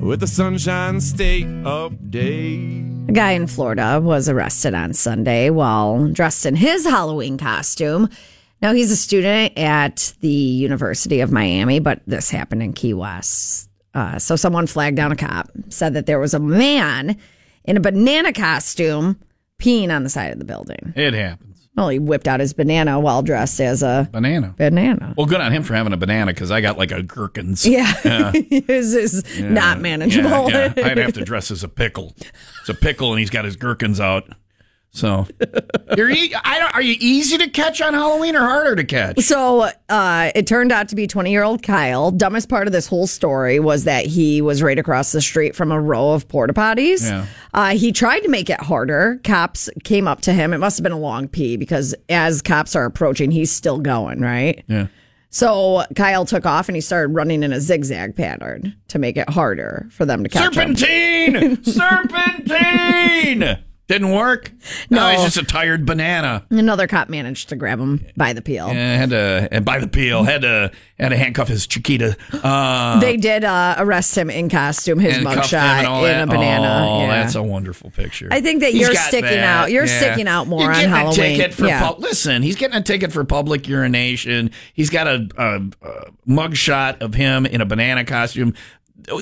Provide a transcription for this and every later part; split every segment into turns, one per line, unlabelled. with the Sunshine State update.
A guy in Florida was arrested on Sunday while dressed in his Halloween costume. Now, he's a student at the University of Miami, but this happened in Key West. Uh, so, someone flagged down a cop, said that there was a man in a banana costume peeing on the side of the building.
It happens.
Well, he whipped out his banana while dressed as a
Banana.
banana.
Well, good on him for having a banana because I got like a gherkins.
Yeah, this is not manageable.
Yeah, yeah. I'd have to dress as a pickle. It's a pickle, and he's got his gherkins out. So, you're e- I don't, are you easy to catch on Halloween or harder to catch?
So uh, it turned out to be 20 year old Kyle. Dumbest part of this whole story was that he was right across the street from a row of porta potties.
Yeah.
Uh, he tried to make it harder. Cops came up to him. It must have been a long pee because as cops are approaching, he's still going, right?
Yeah.
So Kyle took off and he started running in a zigzag pattern to make it harder for them to catch him.
Serpentine! Serpentine! Didn't work.
No.
he's just a tired banana.
Another cop managed to grab him by the peel.
Uh, had to and by the peel. Had to had to handcuff his Chiquita. Uh,
They did uh, arrest him in costume, his
and cuffed him
mugshot
and all
in
that.
a banana.
Oh,
Yeah.
that's a wonderful picture.
I think that
He's
you're
got
sticking
that.
out. You're
Yeah.
sticking out more
You're
on
getting
Halloween.
A ticket for
yeah.
pub- Listen, he's getting a ticket for public urination. He's got a, a, a mugshot of him in a banana costume.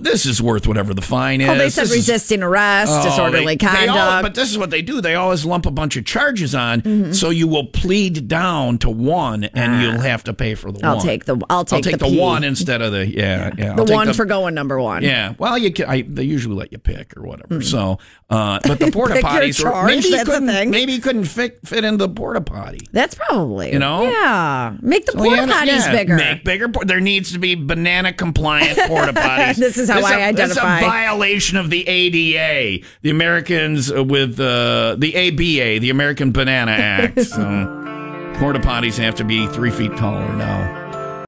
This is worth whatever the fine is.
Well, Oh, they said
This is-
resisting arrest,
Oh,
disorderly
they-
conduct. Mm-hmm.
they all- but this is what they do. They always lump a bunch of charges on, so you will plead down to one, and you'll have to pay for the
Ah. I'll
one.
take the- I'll take
I'll
the
take the,
P.
one instead of the yeah yeah.
the
I'll take
one for going number one.
yeah. Well, you can, I, they usually let you pick or whatever. So, uh, but the porta
Hmm. Pick your
potties were
charge,
maybe he
that's a
couldn't
thing.
maybe he couldn't fit fit into the porta potty.
That's probably.
You know?
Yeah. Make the
Well,
porta
yeah,
potties
yeah,
bigger.
Make bigger. por- There needs to be banana compliant porta potties.
This is how
It's
I
a- it's
identify.
a violation of the ADA, the Americans uh, with uh, the ABA, the American Banana Act. so porta potties have to be three feet taller now.